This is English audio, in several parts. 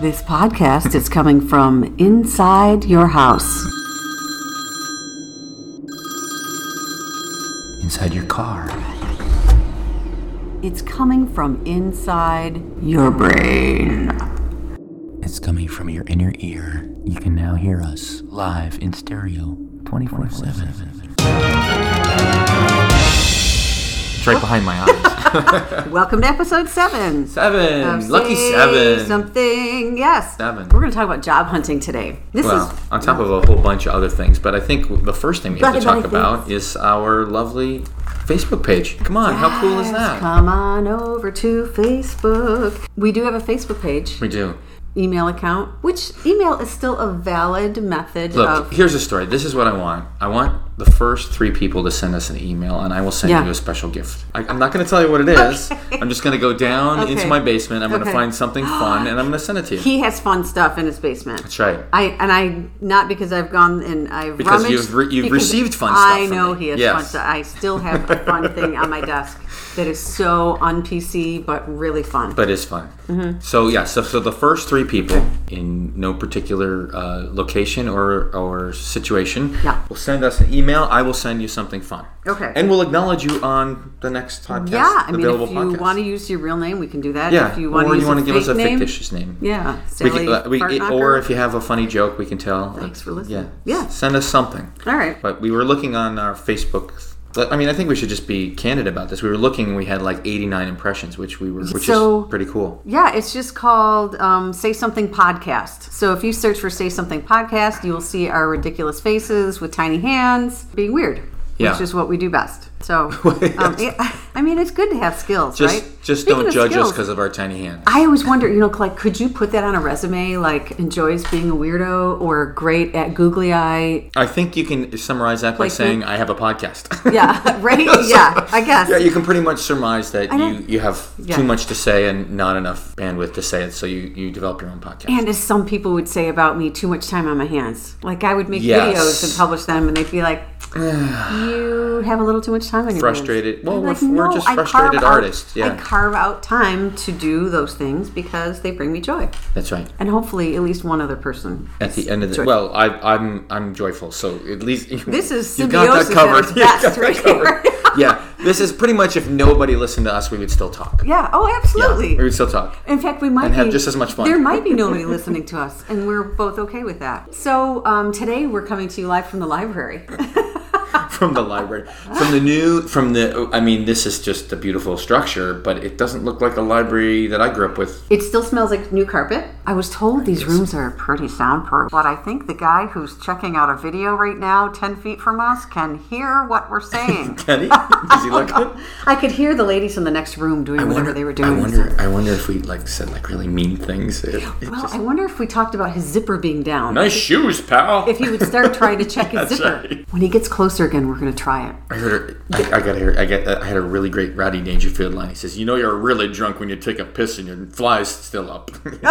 This podcast is coming from inside your house. Inside your car. It's coming from inside your brain. It's coming from your inner ear. You can now hear us live in stereo 24 7. It's right behind my eyes. Welcome to episode seven. Seven. of Lucky Say seven. Something. Yes. Seven. We're going to talk about job hunting today. This Well, is on top of a whole bunch of other things, but I think the first thing we have to Bloody, bloody talk about is our lovely Facebook page. Come on, how cool is Yes, that? Come on over to Facebook. We do have a Facebook page, We do. email account, which email is still a valid method Look, of here's the story. This is what I want. I want the first three people to send us an email, and I will send Yeah. you a special gift. I, I'm not going to tell you what it is. I'm just going to go down into Okay. my basement. I'm going Okay. to find something fun, and I'm going to send it to you. he has fun stuff in his basement. That's right. I and I not because I've gone and I've Because rummaged, you've re- you've because received fun I stuff from know me. he has Yes. fun stuff. I still have a fun thing on my desk that is so un PC but really fun. but it's fun. Mm-hmm. So yeah, so so the first three people in no particular uh, location or or situation Yeah. will send us an email. I will send you something fun. Okay. and we'll acknowledge you on the next podcast. yeah, I mean, available if you podcast. want to use your real name, we can do that. yeah, if you want or to use you want to a give us a fake name, fictitious name. yeah, We Sally can, uh, we, it- Fartknocker. or if you have a funny joke, we can tell. Thanks for listening. Yeah, Yeah. Send us something. all right, But we were looking on our Facebook. I mean, I think we should just be candid about this. We were looking, and we had like 89 impressions, which we were, which So- is pretty cool. Yeah, it's just called um, Say Something Podcast. So if you search for Say Something Podcast, you will see our ridiculous faces with tiny hands being weird, Yeah. which is what we do best. So, um, yeah, I mean, it's good to have skills, Just, right? just Speaking don't of judge us skills, because of our tiny hands. I always wonder, you know, like, could you put that on a resume? Like, enjoys being a weirdo or great at googly eye? I think you can summarize that by Like saying I have a podcast. Yeah, right? Yeah, I guess. yeah, you can pretty much surmise that you, don't- you have Yeah. too much to say and not enough bandwidth to say it, so you, you develop your own podcast. And as some people would say about me, too much time on my hands. Like I would make Yes. videos and publish them, and they'd be like, "You have a little too much time on your Frustrated. Hands. Well, I'd be we're- we're just I carve frustrated out- artists, yeah. I carve out time to do those things because they bring me joy, That's right. and hopefully, at least one other person. At the end of the Joy. well, I, I'm I'm joyful, so at least This is you've got that symbiosis at covered. its You've got best that right covered. here. yeah, this is pretty much if nobody listened to us, we would still talk. Yeah. Oh, Yeah, absolutely. we would still talk. In fact, we might And have be- just as much fun. There might be nobody listening to us, and we're both okay with that. So um, today we're coming to you live from the library. from the library from the new from the i mean this is just a beautiful structure but it doesn't look like the library that i grew up with It still smells like new carpet. I was told these rooms are pretty soundproof, but I think the guy who's checking out a video right now, 10 feet from us, can hear what we're saying. kenny does he look good I could hear the ladies in the next room doing whatever they were doing. i wonder i wonder if we like said like really mean things It- it well, just- Oh, I wonder if we talked about his zipper being down. nice shoes pal If he would start trying to check his That's zipper. right. When he gets closer again, we're going to try it. I heard her. I, I got her. I got. I had a really great Rodney Dangerfield line. He says, "You know, you're really drunk when you take a piss and your fly's still up."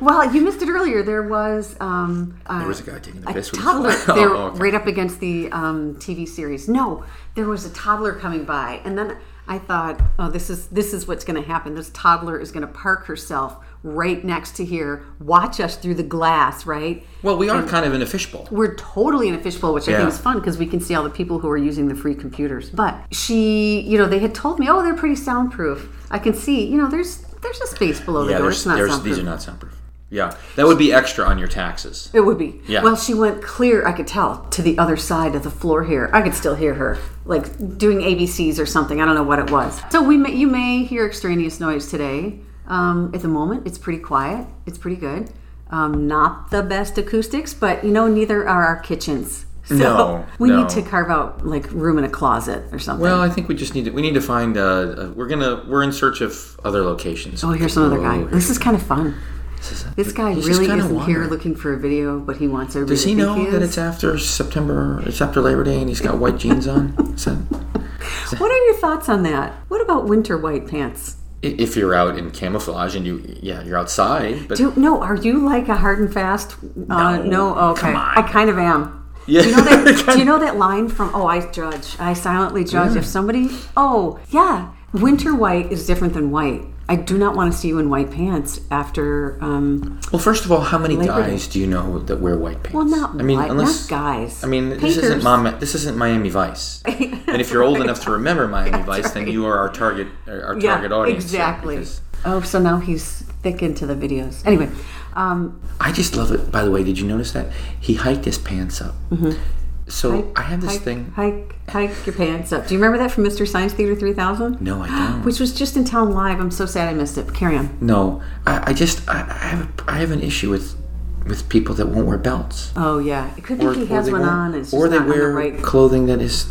Well, you missed it earlier. There was um, uh, there was a guy taking a a piss. with his toddler. fly. They're Oh, okay. right up against the um, TV series. No, there was a toddler coming by, and then I thought, oh, this is this is what's going to happen. This toddler is going to park herself right next to here, watch us through the glass. Right? Well, we are kind of in a fishbowl. We're totally in a fishbowl, which I Yeah. think is fun because we can see all the people who are using the free computers. But she, you know, they had told me, oh, they're pretty soundproof. I can see, you know, there's there's a space below the Yeah, door. there's, It's not there's, soundproof. these are not soundproof. Yeah, that would be extra on your taxes. It would be. Yeah. Well, she went clear, I could tell, to the other side of the floor here. I could still hear her, like doing ABCs or something. I don't know what it was. So we may, you may hear extraneous noise today. Um, at the moment, it's pretty quiet. It's pretty good. Um, not the best acoustics, but you know, neither are our kitchens. So No, we no. need to carve out like room in a closet or something. Well, I think we just need to. We need to find. Uh, uh, we're gonna. We're in search of other locations. oh, here's some other guy. Oh, This is kind of fun. This guy He's just really kinda isn't here wandering. looking for a video, but he wants everybody Does to he think know he that is. it's after September? It's after Labor Day, and he's got white jeans on. Is that- What are your thoughts on that? What about winter white pants? i- if you're out in camouflage and you, yeah, you're outside. But Do no? Are you like a hard and fast? Uh, No. no. Oh, okay. Come on. I kind of am. yeah, Do you know that? do you know that line from? Oh, I judge. I silently judge. If somebody. Oh, yeah. winter white is different than white. I do not want to see you in white pants after. Um, Well, first of all, how many Labor Day. guys do you know that wear white pants? well, not I mean, white, unless not guys. I mean, this isn't Painters. Mom, this isn't Miami Vice. and if you're old enough to remember Miami Vice, then you are our target our Yeah, target audience. here, exactly. because Oh, so now he's thick into the videos. Anyway, um, I just love it. By the way, did you notice that he hiked his pants up? So I have Mm-hmm. this hike, thing. Hike, hike your pants up. Do you remember that from Mr. Science Theater 3000? No, I don't. Which was just in town live. I'm so sad I missed it. Carry on. No, I, I just I, I have a, I have an issue with with people that won't wear belts. Oh yeah, it could be he has they one won't- on. It's just or they not wear on the right. clothing that is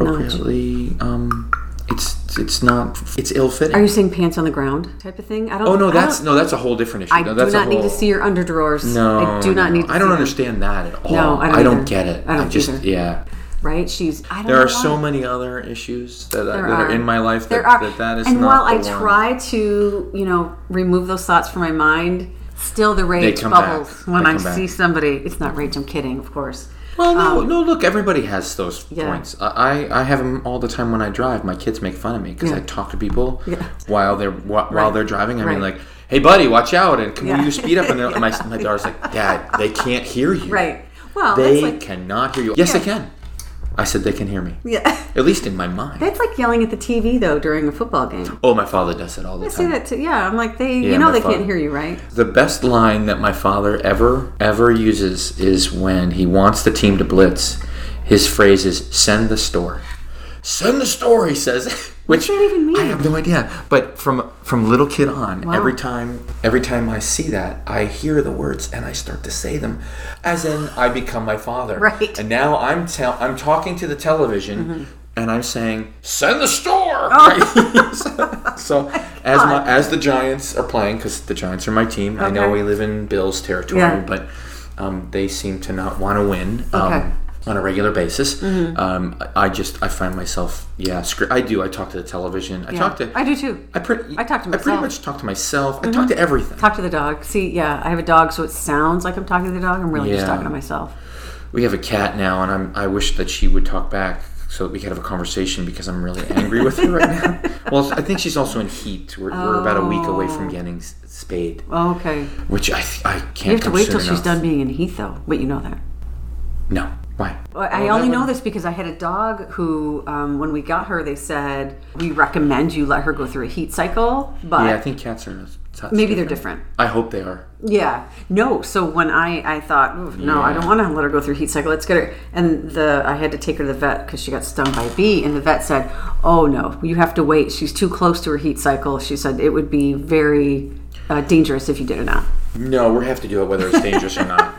inappropriately. Um, it's it's not it's ill Are fitting. you saying pants on the ground type of thing? I don't. Oh I no, don't- that's no, that's a whole different issue. I no, do that's a not need to whole- see your underdrawers. No, I do not no, need. To I don't see them, understand that at all. No, I don't either. get it. I I, don't just either. yeah. Right? She's. I don't There know are so why. many other issues that, I, There that are. in my life There that, are. that that is and not. while the I one. try to, you know, remove those thoughts from my mind, still the rage come bubbles back. when They I come back. see somebody. It's not rage. I'm kidding, of course. Well, no, no. Look, everybody has those um, Yeah. points. I, I I have them all the time when I drive. My kids make fun of me because I talk to people while they're wh- while Right. they're driving. I mean, Right. like, hey, buddy, watch out, and can Yeah. will you speed up? And then my my daughter's like, Dad, they can't hear you. Right. Well, They that's like cannot hear you. Yes, Yeah. they can. I said they can hear me. yeah. At least in my mind. That's like yelling at the TV though during a football game. oh, my father does it all the I see time. that too. Yeah, I'm like they. you Um, Yeah, know my they father- can't hear you, right? The best line that my father ever ever uses is when he wants the team to blitz. His phrase is "send the store." Send the store, he says. Which that even mean? I have no idea. But from from little kid on, every time every time I see that, I hear the words and I start to say them, as in I become my father. Right. Mm-hmm. And now I'm tell I'm talking to the television. And I'm saying, send the store. Oh. Right? so, as my as the Giants are playing, because the Giants are my team, I know Okay. we live in Bills territory, Yeah. but um, they seem to not want to win. Um, Okay. Mm-hmm. On a regular basis, um, I- I just I find myself yeah scr- I do I talk to the television I talk to I do too. I pretty I talk to I myself. pretty Mm-hmm. much talk to myself I talk to everything Talk to the dog. See, yeah, I have a dog, so it sounds like I'm talking to the dog. I'm really just Yeah. talking to myself. we have a cat now and I'm I wish that she would talk back so that we could have a conversation because I'm really angry with her right now well I think she's also in heat we're, we're about a week away Oh. from getting s- spayed Okay. which I I can't You have to come wait soon till she's enough. done being in heat, though. But you know that. no why Well, I only know this because I had a dog who, um, when we got her, they said we recommend you let her go through a heat cycle, but yeah I think cats are maybe they're different. I hope they are Yeah. No. So when I I thought "Ooh, no, I don't want to let her go through heat cycle. Let's get her. And the I had to take her to the vet because she got stung by a bee, and the vet said, "Oh no, you have to wait. She's too close to her heat cycle." She said it would be very uh, dangerous if you did or not. No, we have to do it whether it's dangerous or not.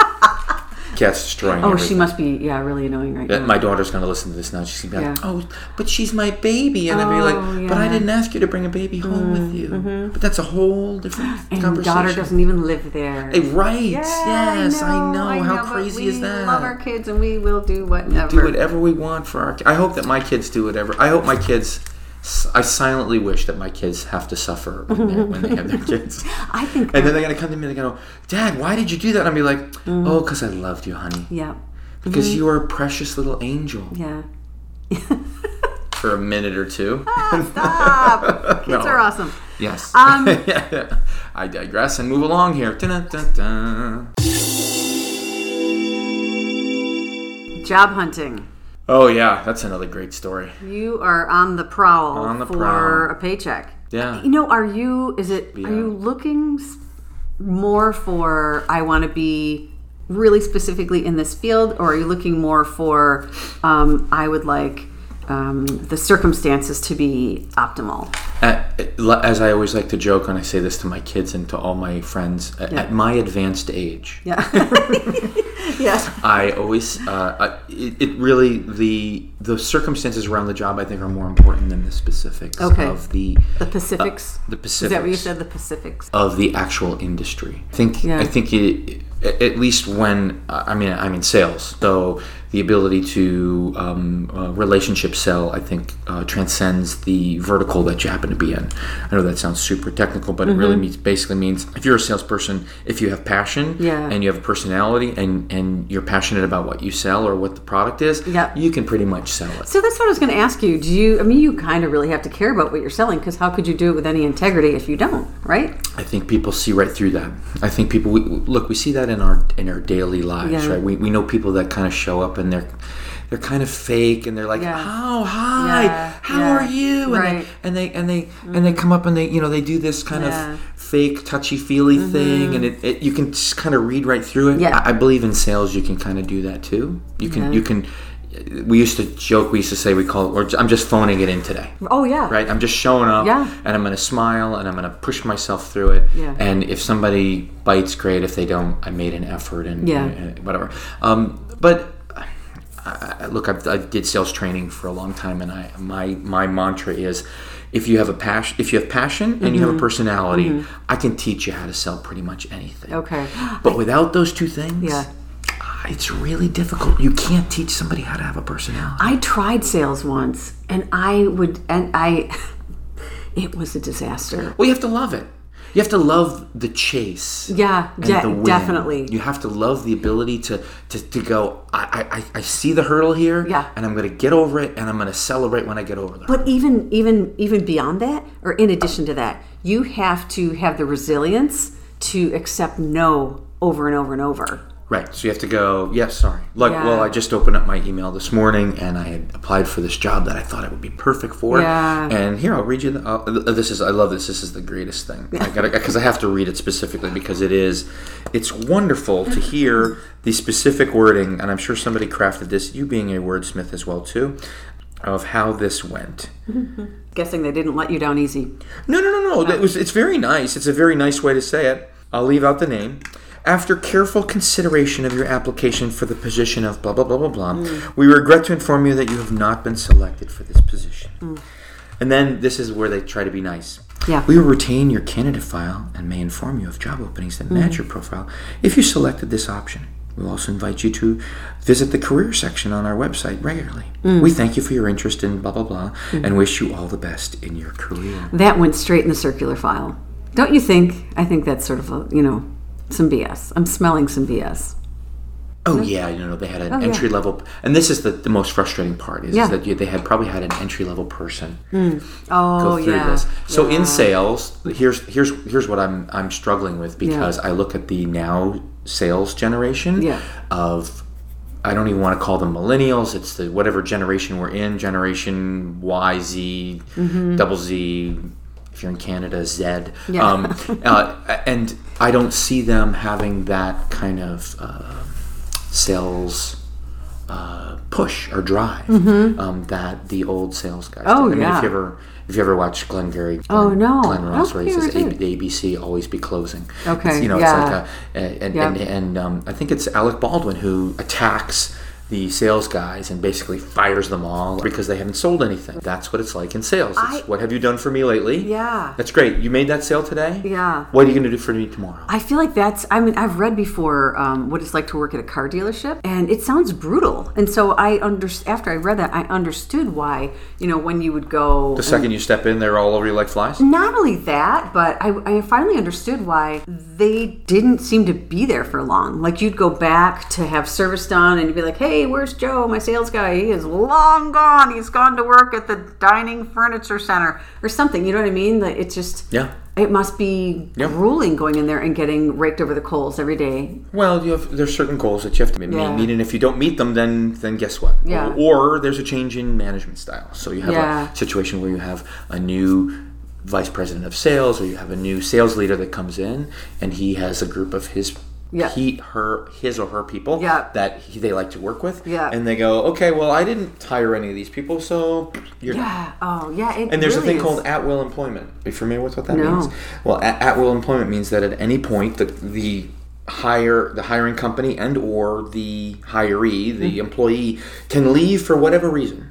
Cat's destroying Oh, she everything. must be yeah really annoying right now. my daughter's gonna listen to this now. She's gonna be like, Yeah. "Oh, but she's my baby," and I'll be like, Oh, "But yeah. I Mm-hmm. didn't ask you to bring a baby home with you." But that's a whole different And conversation. daughter doesn't even live there. Hey, right? yes, I know. How but crazy we is that? love our kids, and we will do whatever. do whatever we want for our. I hope that my kids do whatever. I hope my kids. I silently wish that my kids have to suffer when they, when they have their kids. I think. And then they're gonna come to me and they're gonna go, Dad, why did you do that? And I'll be like, Oh, because I loved you, honey. yeah. Because you are a precious little angel. Mm-hmm. Yeah. For a minute or two. Stop. Kids No. are awesome. yes. Um, I digress and move along here. Dun-dun-dun-dun. Job hunting. Oh, yeah, that's another great story. You are on the prowl On the for prowl. a paycheck. Yeah. You know, are you? Is it? Yeah. Are you looking s- more for? I want to be really specifically in this field, or are you looking more for? Um, I would like um, the circumstances to be optimal. At, as I always like to joke, and I say this to my kids and to all my friends, at, at my advanced age, Yes. I always, uh, I, it, it really, the the circumstances around the job, I think, are more important than the specifics Okay. of the, uh, The Pacifics. the Pacific. Is that what you said? The Pacifics. of the actual industry. I think Yeah. I think it, at least when I mean I'm in sales, so the ability to um, uh, relationship sell I think uh, transcends the vertical that you happen to be in. I know that sounds super technical, but it really Mm-hmm. means basically means if you're a salesperson, if you have passion Yeah. and you have personality and and you're passionate about what you sell or what the product is, Yep. you can pretty much sell it. So that's what I was going to ask you. Do you? I mean, you kind of really have to care about what you're selling because how could you do it with any integrity if you don't, right? I think people see right through that. I think people we, look. We see that in our in our daily lives, Yeah. right? We, we know people that kind of show up and they're they're kind of fake, and they're like, Yeah. "Oh, hi, Yeah, how yeah, are you?" And right. Mm. they and they and they and they come up and they you know they do this kind Yeah. Mm-hmm. of fake touchy feely thing, and it, it you can just kind of read right through it. Yeah. I, I believe in sales. You can kind of do that too. You can you can. We used to joke. We used to say we call it. Or I'm just phoning it in today Oh yeah. right? I'm just showing up, Yeah. and I'm gonna smile, and I'm gonna push myself through it. Yeah. And if somebody bites, great. If they don't, I made an effort, and, Yeah. and- and whatever. Um, but I, I, look, I've, I did sales training for a long time, and I my my mantra is. If you have a passion, if you have passion and Mm-hmm. you have a personality, I can teach you how to sell pretty much anything. Okay. But without those two things, Yeah. ah, it's really difficult. You can't teach somebody how to have a personality. I tried sales once, and I would, and I, it was a disaster. Well, you have to love it. You have to love the chase. Yeah, and de- the win. definitely. You have to love the ability to to, to go. I, I- I I see the hurdle here. Yeah. And I'm gonna get over it, and I'm gonna celebrate when I get over the. hurdle. But even even even beyond that, or in addition to that, you have to have the resilience to accept no over and over and over. Right. So you have to go. Yeah. Sorry. Like, Yeah. well, I just opened up my email this morning, and I had applied for this job that I thought I would be perfect for. Yeah. And here I'll read you. The, uh, this is. I love this. This is the greatest thing. I got because I have to read it specifically because it is. It's wonderful to hear the specific wording, and I'm sure somebody crafted this. You being a wordsmith as well too, of how this went. Guessing they didn't let you down easy. No, no, no, no. That was, it's very nice. It's a very nice way to say it. I'll leave out the name. After careful consideration of your application for the position of blah, blah, blah, blah, blah, we regret to inform you that you have not been selected for this position. And then this is where they try to be nice. Yeah. We will retain your candidate file and may inform you of job openings that match your profile if you selected this option. We'll also invite you to visit the career section on our website regularly. We thank you for your interest in blah, blah, blah, and wish you all the best in your career. That went straight in the circular file. Don't you think? I think that's sort of a you know some BS. I'm smelling some BS. Oh yeah, you know they had an yeah. entry level, and this is the, the most frustrating part is, Yeah. is that you, they had probably had an entry level person Oh go through yeah. this. So Yeah. in sales, here's here's here's what I'm I'm struggling with because I look at the now sales generation Yeah. of I don't even want to call them millennials. It's the whatever generation we're in, generation Y, Z, double Z. If you're in Canada, Z. Mm-hmm. Yeah. Um, uh, and I don't see them having that kind of uh, sales uh, push or drive um, that the old sales guys. Mm-hmm. Oh, did. I mean, yeah. if you ever if you ever watch Glengarry, Glenn, Oh, no. Glenn I Ross, don't where he think I says ever "A- the ABC always be closing. Okay, It's, you know, yeah. it's like a, and Yep. and, and um, I think it's Alec Baldwin who attacks the sales guys and basically fires them all because they haven't sold anything. That's what it's like in sales. It's, I- what have you done for me lately? Yeah. That's great. You made that sale today? Yeah. What are you going to do for me tomorrow? I feel like that's, I mean, I've read before um, what it's like to work at a car dealership, and it sounds brutal. And so I, under, after I read that, I understood why, you know, when you would go. the second you step in, they're all over you like flies. Not only that, but I, I finally understood why they didn't seem to be there for long. Like, you'd go back to have service done, and you'd be like, hey, where's Joe, my sales guy? He is long gone. He's gone to work at the Dining Furniture Center or something. You know what I mean? Like, it just. Yeah. It must be Yeah. grueling going in there and getting raked over the coals every day. Well, you have, there's certain goals that you have to meet, Yeah. meet, and if you don't meet them, then then guess what? Yeah. Or, or there's a change in management style. So you have Yeah. a situation where you have a new vice president of sales, or you have a new sales leader that comes in, and he has a group of his. Yeah. He, her, his or her people Yeah. that he, they like to work with, Yeah. and they go, okay, well, I didn't hire any of these people, so you're Yeah. Oh, yeah. It and there's really a thing is. called at will employment. Are you familiar with what that No. means? Well, at, at will employment means that at any point the the hire the hiring company and or the hiree, Mm-hmm. the employee can leave for whatever reason.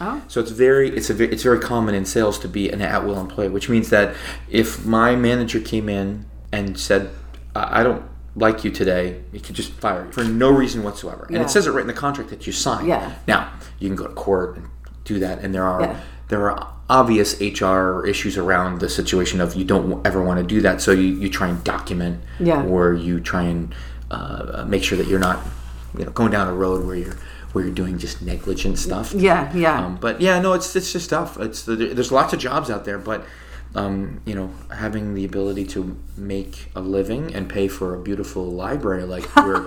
Oh. So it's very it's a ve- it's very common in sales to be an at will employee, which means that if my manager came in and said, "I, I don't." Like you today, you could just fire you for no reason whatsoever, and Yeah. it says it right in the contract that you sign. Yeah. Now you can go to court and do that, and there are Yeah. there are obvious HR issues around the situation of you don't ever want to do that, so you, you try and document Yeah. or you try and uh, make sure that you're not you know going down a road where you're where you're doing just negligent stuff. Yeah, yeah. Um, but yeah, no, it's it's just tough. It's the, there's lots of jobs out there, but um, you know, having the ability to make a living and pay for a beautiful library like we're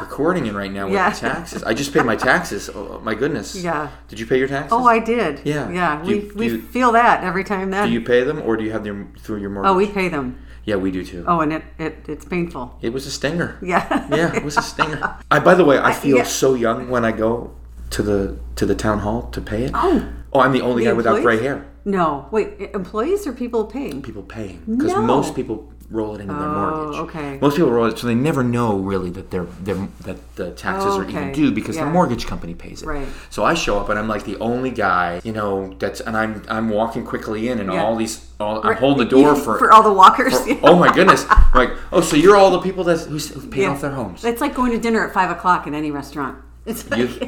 recording in right now with Yeah. the taxes. I just paid my taxes. Oh my goodness. Yeah. Did you pay your taxes? oh, I did. Yeah. Yeah. Do we you- do we you- feel that every time that. Do you pay them, or do you have them through your mortgage? oh, we pay them. yeah, we do too. Oh, and it, it it's painful. It was a stinger. Yeah. yeah, it was a stinger. I, by the way, I feel yeah. so young when I go to the to the town hall to pay it. Oh. oh, I'm the only The guy without employees? gray hair. No. Wait, e- employees or people paying? People paying because No. Oh, most people roll it into their mortgage. okay. Most people roll it, so they never know really that they're, they're that the taxes Oh, are even okay. due because the Yeah. mortgage company pays it. Right. So I show up and I'm like the only guy, you know, that's and I'm I'm walking quickly in and Yeah. all these all, I'm holding the door for for all the walkers. for- oh my goodness! Like, oh, so you're all the people that who s- who paid Yeah. off their homes. It's like going to dinner at five o'clock in any restaurant. It's like, You-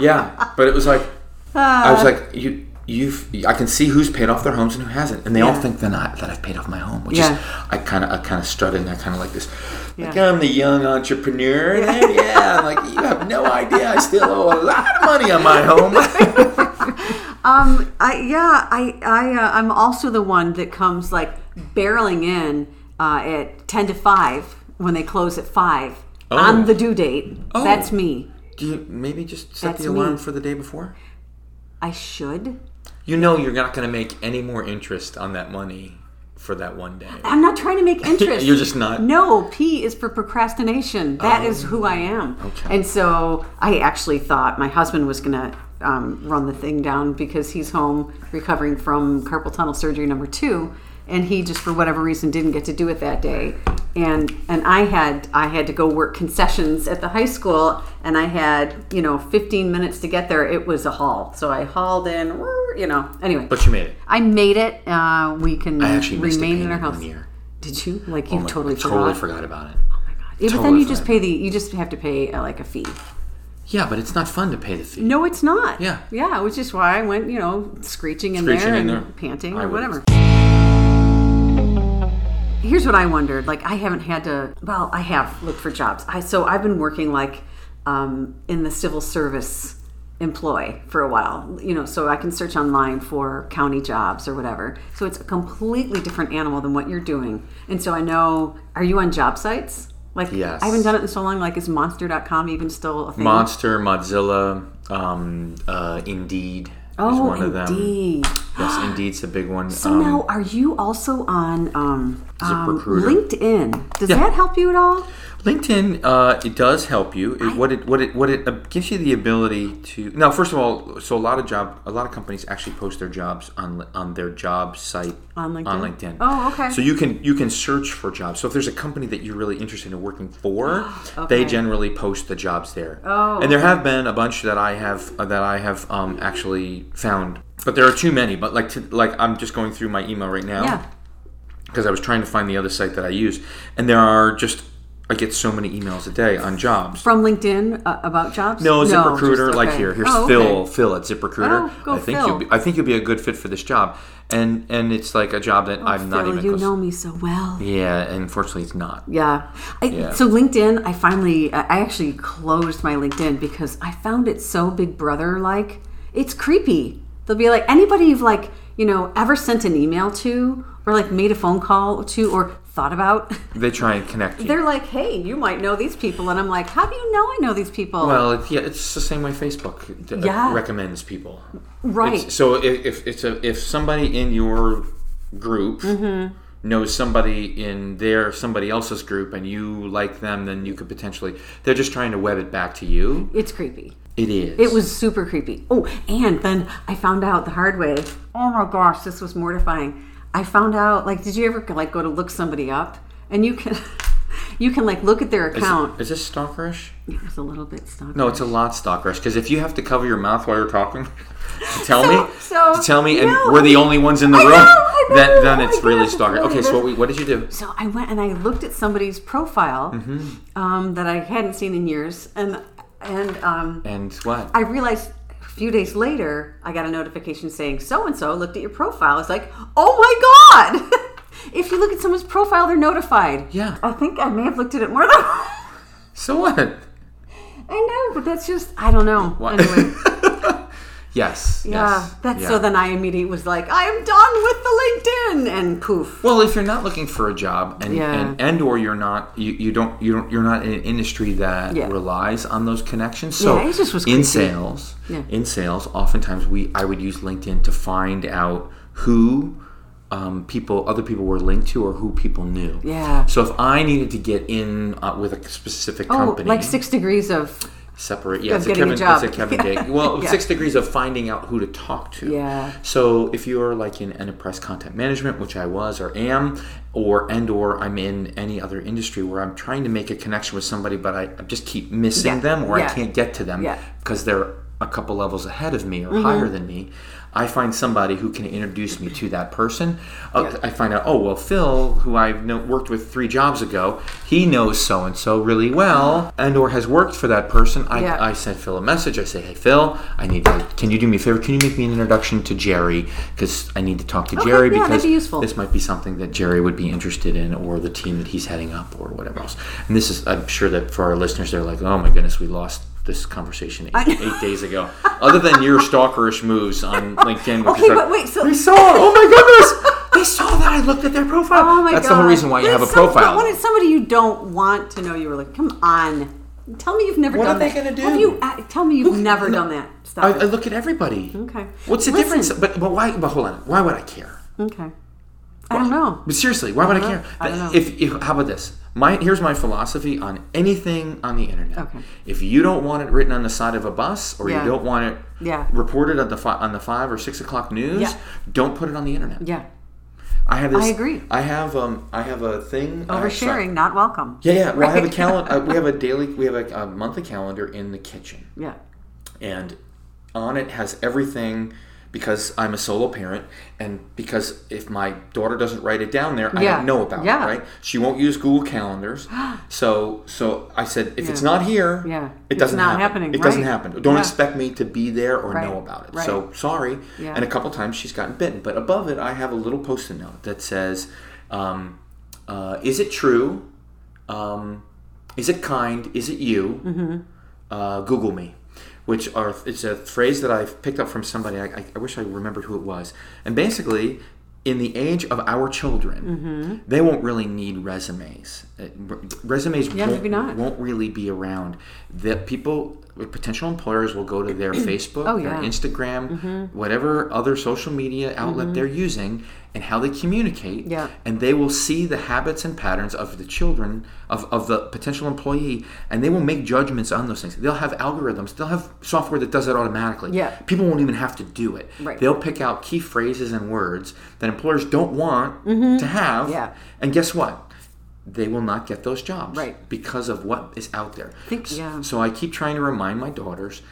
yeah, but it was like I Ah. was like you. You've, I can see who's paid off their homes and who hasn't, and they all Yeah. think that I that I've paid off my home, which Yeah. is I kind of I kind of strutted and I kind of like this, like Yeah. I'm the young entrepreneur, yeah. yeah. I'm like you have no idea, I still owe a lot of money on my home. Um, I yeah, I I uh, I'm also the one that comes like barreling in uh, at ten to five when they close at five on the due date. Oh. That's me. Do you maybe just set That's the alarm me. for the day before? I should. You know you're not going to make any more interest on that money for that one day. I'm not trying to make interest. You're just not. No, P is for procrastination. That is who I am. Oh, Okay. And so I actually thought my husband was going to um, run the thing down because he's home recovering from carpal tunnel surgery number two, and he just for whatever reason didn't get to do it that day. And and I had I had to go work concessions at the high school, and I had you know 15 minutes to get there. It was a haul, so I hauled in. You know, anyway. But you made it. I made it. Uh, we can I actually missed a remain in payment our house. one year. Did you? Like you Like, totally I forgot. totally forgot about it. Oh my god. Yeah, but then Totally you just forgot. pay the. You just have to pay uh, like a fee. Yeah, but it's not fun to pay the fee. No, it's not. Yeah. Yeah, which is why I went, you know, screeching in Screeching there in and there. panting I or would. whatever. Here's what I wondered. Like, I haven't had to. Well, I have looked for jobs. I so I've been working like um, in the civil service employ for a while. You know, so I can search online for county jobs or whatever. So it's a completely different animal than what you're doing. And so I know. Are you on job sites? Like, Yes. I haven't done it in so long. Like, is Monster.com even still a thing? Monster, Mozilla, um, uh, Indeed is Oh, one of them. Um, indeed. Yes, Indeed's a big one. So now, are you also on um, um, ZipRecruiter. LinkedIn? Does that help you at all? LinkedIn uh, it does help you. It, what it what it what it uh, gives you the ability to now. First of all, so a lot of job a lot of companies actually post their jobs on li- on their job site On LinkedIn? On LinkedIn. Oh, okay. So you can you can search for jobs. So if there's a company that you're really interested in working for, they generally post the jobs there. Oh, and there have been a bunch that I have uh, that I have um, actually found, but there are too many. But like to, like I'm just going through my email right now Yeah. because I was trying to find the other site that I use, and there are just I get so many emails a day on jobs. From LinkedIn uh, about jobs? no, just- ZipRecruiter, like okay. here, here's Oh, okay. Phil, Phil at ZipRecruiter. Oh, go I think Phil. you'll be, I think you'll be a good fit for this job, and and it's like a job that I'm not Oh, Phil, even you close. know me so well. Yeah, and unfortunately, it's not. Yeah. I, So LinkedIn, I finally, I actually closed my LinkedIn because I found it so Big Brother like. It's creepy. They'll be like anybody you've like you know ever sent an email to or like made a phone call to or thought about. They try and connect you. They're like, hey, you might know these people, and I'm like, how do you know I know these people? well, it, yeah, it's the same way Facebook d- uh, Yeah. recommends people. right. It's- so if, if it's a if somebody in your group Mm-hmm. knows somebody in their somebody else's group and you like them, then you could potentially they're just trying to web it back to you. It's creepy. It is. It was super creepy. Oh, and then I found out the hard way. Oh my gosh, this was mortifying. I found out like did you ever like go to look somebody up and you can you can like look at their Is, account. is this stalkerish? It was a little bit stuck. No, it's a lot stalkerish because if you have to cover your mouth while you're talking, to tell So- me, so- to tell me, no, and we're the only ones in the I room, know, I know, then oh then my it's really gosh, it's stalker. really Okay, so this- what, we, what did you do? So I went and I looked at somebody's profile Mm-hmm. um, that I hadn't seen in years and and um And what? I realized few days later, I got a notification saying so and so looked at your profile. It's like, oh my god! if you look at someone's profile, they're notified. Yeah. I think I may have looked at it more than I So what? know, but that's just I don't know. What? Anyway, Yes. yeah, yes, that's yeah. so. Then I immediately was like, I am done with the LinkedIn, and poof. Well, if you're not looking for a job, and Yeah. and, and or you're not, you, you don't you don't you're not in an industry that Yeah. relies on those connections. So Yeah, it just was in creepy. sales, Yeah. in sales, oftentimes we I would use LinkedIn to find out who um, people other people were linked to or who people knew. Yeah. So if I needed to get in uh, with a specific Oh, company, like six degrees of separate. Yeah, Of it's a getting Kevin. a job. It's a Kevin Day. Well, Yeah. six degrees of finding out who to talk to. Yeah. So if you're like in enterprise content management, which I was or am, or and or I'm in any other industry where I'm trying to make a connection with somebody, but I I just keep missing Yeah. them or I Yeah. can't get to them Yeah. because they're a couple levels ahead of me or Mm-hmm. higher than me. I find somebody who can introduce me to that person. Uh, I find out, oh well, Phil, who I've know, worked with three jobs ago, he knows so and so really well, and or has worked for that person. I, Mm-hmm. Yeah. I sent Phil a message. I say, hey Phil, I need. To, can you do me a favor? Can you make me an introduction to Jerry? Because I need to talk to Jerry yeah, that'd because be useful. this might be something that Jerry would be interested in, or the team that he's heading up, or whatever else. And this is, I'm sure that for our listeners, they're like, oh my goodness, we lost this conversation eight, eight days ago. Other than your stalkerish moves on LinkedIn, which Okay, is but like, wait, so- we saw. Oh my goodness, they saw that. I looked at their profile. Oh my That's god! the whole reason why you have a That's some- profile. When it's somebody you don't want to know, you were like, "Come on, tell me you've never What done are they that." gonna do? Have you? uh, Tell me you've never no. done that. Stop I, I it. look at everybody. okay. What's the Listen. difference? But but why? But hold on. Why would I care? Okay. I don't know. But seriously, why would I, don't know. care? I don't know. If, if how about this? My here's my philosophy on anything on the internet. Okay. If you don't want it written on the side of a bus, or Yeah. you don't want it Yeah. reported on the fi- on the five or six o'clock news, Yeah. don't put it on the internet. Yeah. I have this. I agree. I have um. I have a thing. I- Oversharing, not welcome. Yeah, yeah. Well, I have a Right. calendar. uh, we have a daily. We have a, a monthly calendar in the kitchen Yeah. and on it has everything because I'm a solo parent and because if my daughter doesn't write it down there, I Yeah. don't know about Yeah. it, right? She won't use Google calendars. So so I said if it's Yeah. not here, Yeah. it It's doesn't not happen. happening, It doesn't right. happen. Don't Yeah. expect me to be there or Right. know about it. Right. So sorry. Yeah. And a couple times she's gotten bitten, but above it I have a little post-it note that says um, uh, is it true? Um, is it kind? Is it you? Mm-hmm. uh, Google me, which are it's a phrase that I've picked up from somebody. I, I, I wish I remembered who it was. And basically, in the age of our children, Mm-hmm. they won't really need resumes. Uh, re- Resumes won't, maybe not. won't really be around. That people, potential employers, will go to their Facebook, Oh, their yeah. Mm-hmm. Instagram, whatever other social media outlet they're using, and how they communicate Yeah. and they will see the habits and patterns of the children of, of the potential employee and they will make judgments on those things they'll have algorithms they'll have software that does it automatically Yeah. people won't even have to do it Right. they'll pick out key phrases and words that employers don't want to have Mm-hmm. Yeah. and guess what they will not get those jobs Right. because of what is out there Think- S- yeah. so i keep trying to remind my daughters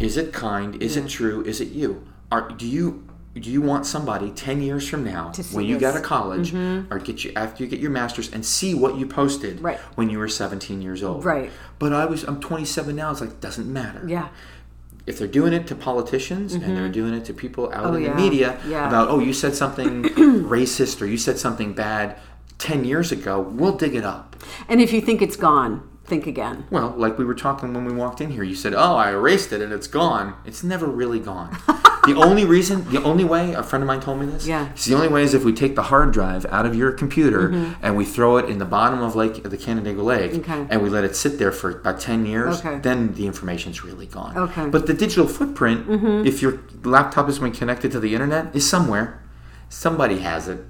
is it kind is it true is it you are do you do you want somebody 10 years from now see when you this. got a college or get you after you get your master's and see what you posted Mm-hmm. Right. when you were 17 years old. Right. But I was I'm 27 now. It's like doesn't matter. Yeah. Mm-hmm. If they're doing it to politicians and they're doing it to people out in Oh, yeah. the media Yeah. about oh you said something racist or you said something bad 10 years ago, we'll dig it up. And if you think it's gone, think again. Well, like we were talking when we walked in here, you said, "Oh, I erased it and it's gone." It's never really gone. the only reason, the only way, a friend of mine told me this. Yeah. It's the only way is if we take the hard drive out of your computer and we throw it in the bottom of Lake the Canandaigua Lake, Mm-hmm. Okay. and we let it sit there for about ten years. Okay. Then the information's really gone. Okay. Mm-hmm. But the digital footprint, if your laptop has been connected to the internet, is somewhere. Somebody has it.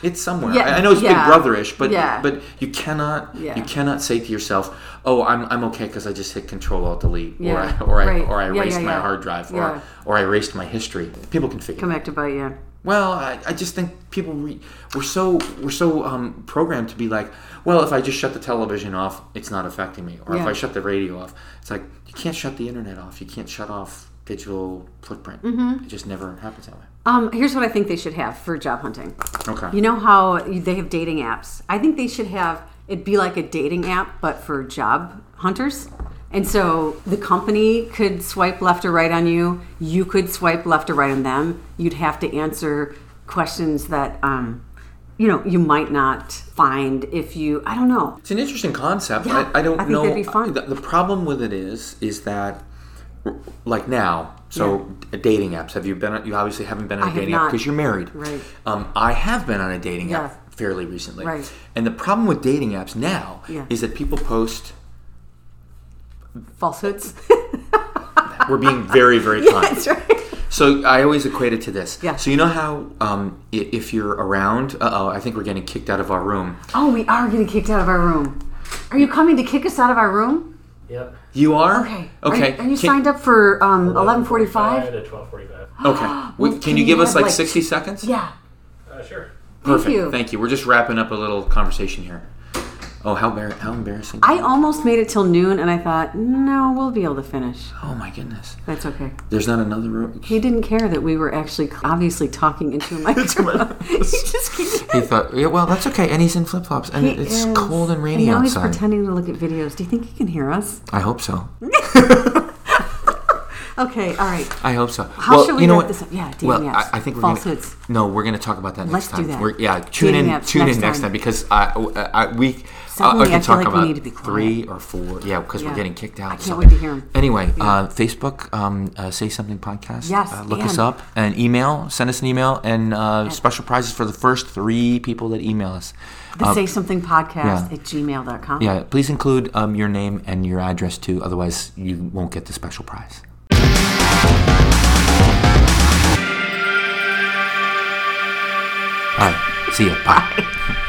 It's somewhere. Yeah, I I know it's yeah. Big Brotherish, but Yeah. but you cannot Yeah. you cannot say to yourself, "Oh, I'm, I'm okay because I just hit Control Alt Delete, Yeah, or I, or I, right. or I Yeah, yeah, erased my yeah. hard drive, Yeah. or or I erased my history." People can figure. Come back to bite you. Well, I, I just think people re- we're so we're so um, programmed to be like, "Well, if I just shut the television off, it's not affecting me," or if Yeah. I shut the radio off, it's like you can't shut the internet off. You can't shut off digital footprint. Mm-hmm. It just never happens that way. Um, here's what I think they should have for job hunting. Okay. You know how they have dating apps? I think they should have it be like a dating app, but for job hunters. And so the company could swipe left or right on you. You could swipe left or right on them. You'd have to answer questions that, um, you know, you might not find if you, I don't know. It's an interesting concept. Yeah, I, I don't I think know. that'd be fun. The, the problem with it is, is that like now, so dating apps. Have you been? on- You obviously haven't been on I a have dating app not. because you're married. Right. Um, I have been on a dating Yeah. app fairly recently. Right. And the problem with dating apps now Yeah. is that people post. Falsehoods. We're being very, very kind. That's right. So I always equate it to this. Yeah. So you know how um, i- if you're around, uh oh, I think we're getting kicked out of our room. Oh, we are getting kicked out of our room. Are you coming to kick us out of our room? Yep. You are Okay. Okay. Are, are you Can- signed up for um, 11:45? to twelve forty-five. Okay. Wait, can, can you you give us have, like, like- 60 seconds? Yeah. Uh, sure. Perfect. Thank you. We're just wrapping up a little conversation here. Oh, how bar- how embarrassing! I almost made it till noon, and I thought, no, we'll be able to finish. oh my goodness! That's okay. There's not another room. He didn't care that we were actually obviously talking into a microphone. he just He keeps. thought, yeah, well, that's okay. And he's in flip flops, and He it's is. cold and rainy now outside. he's pretending to look at videos. Do you think he can hear us? I hope so. Okay, all right. I hope so. How well, should we you know wrap what? this up? Yeah, dating Well, apps. I, I think we're Falsehoods. Gonna, no, we're going to talk about that next Let's do time. that. We're, yeah, tune Dating in. apps Tune in next next time. time because I, uh, I, I we Suddenly, I, I can feel talk like we about need to be quiet. three or four. Yeah, because Yeah. we're getting kicked out. I can't so. wait to hear 'em. Anyway, uh, Facebook, um, uh, say something podcast. Yes, uh, look us and- up and email. Send us an email and uh, special prizes for the first three people that email us. The Say Something Podcast Uh, yeah. at gmail.com. Yeah, please include um, your name and your address too. Otherwise, you won't get the special prize. All right, see you. Bye.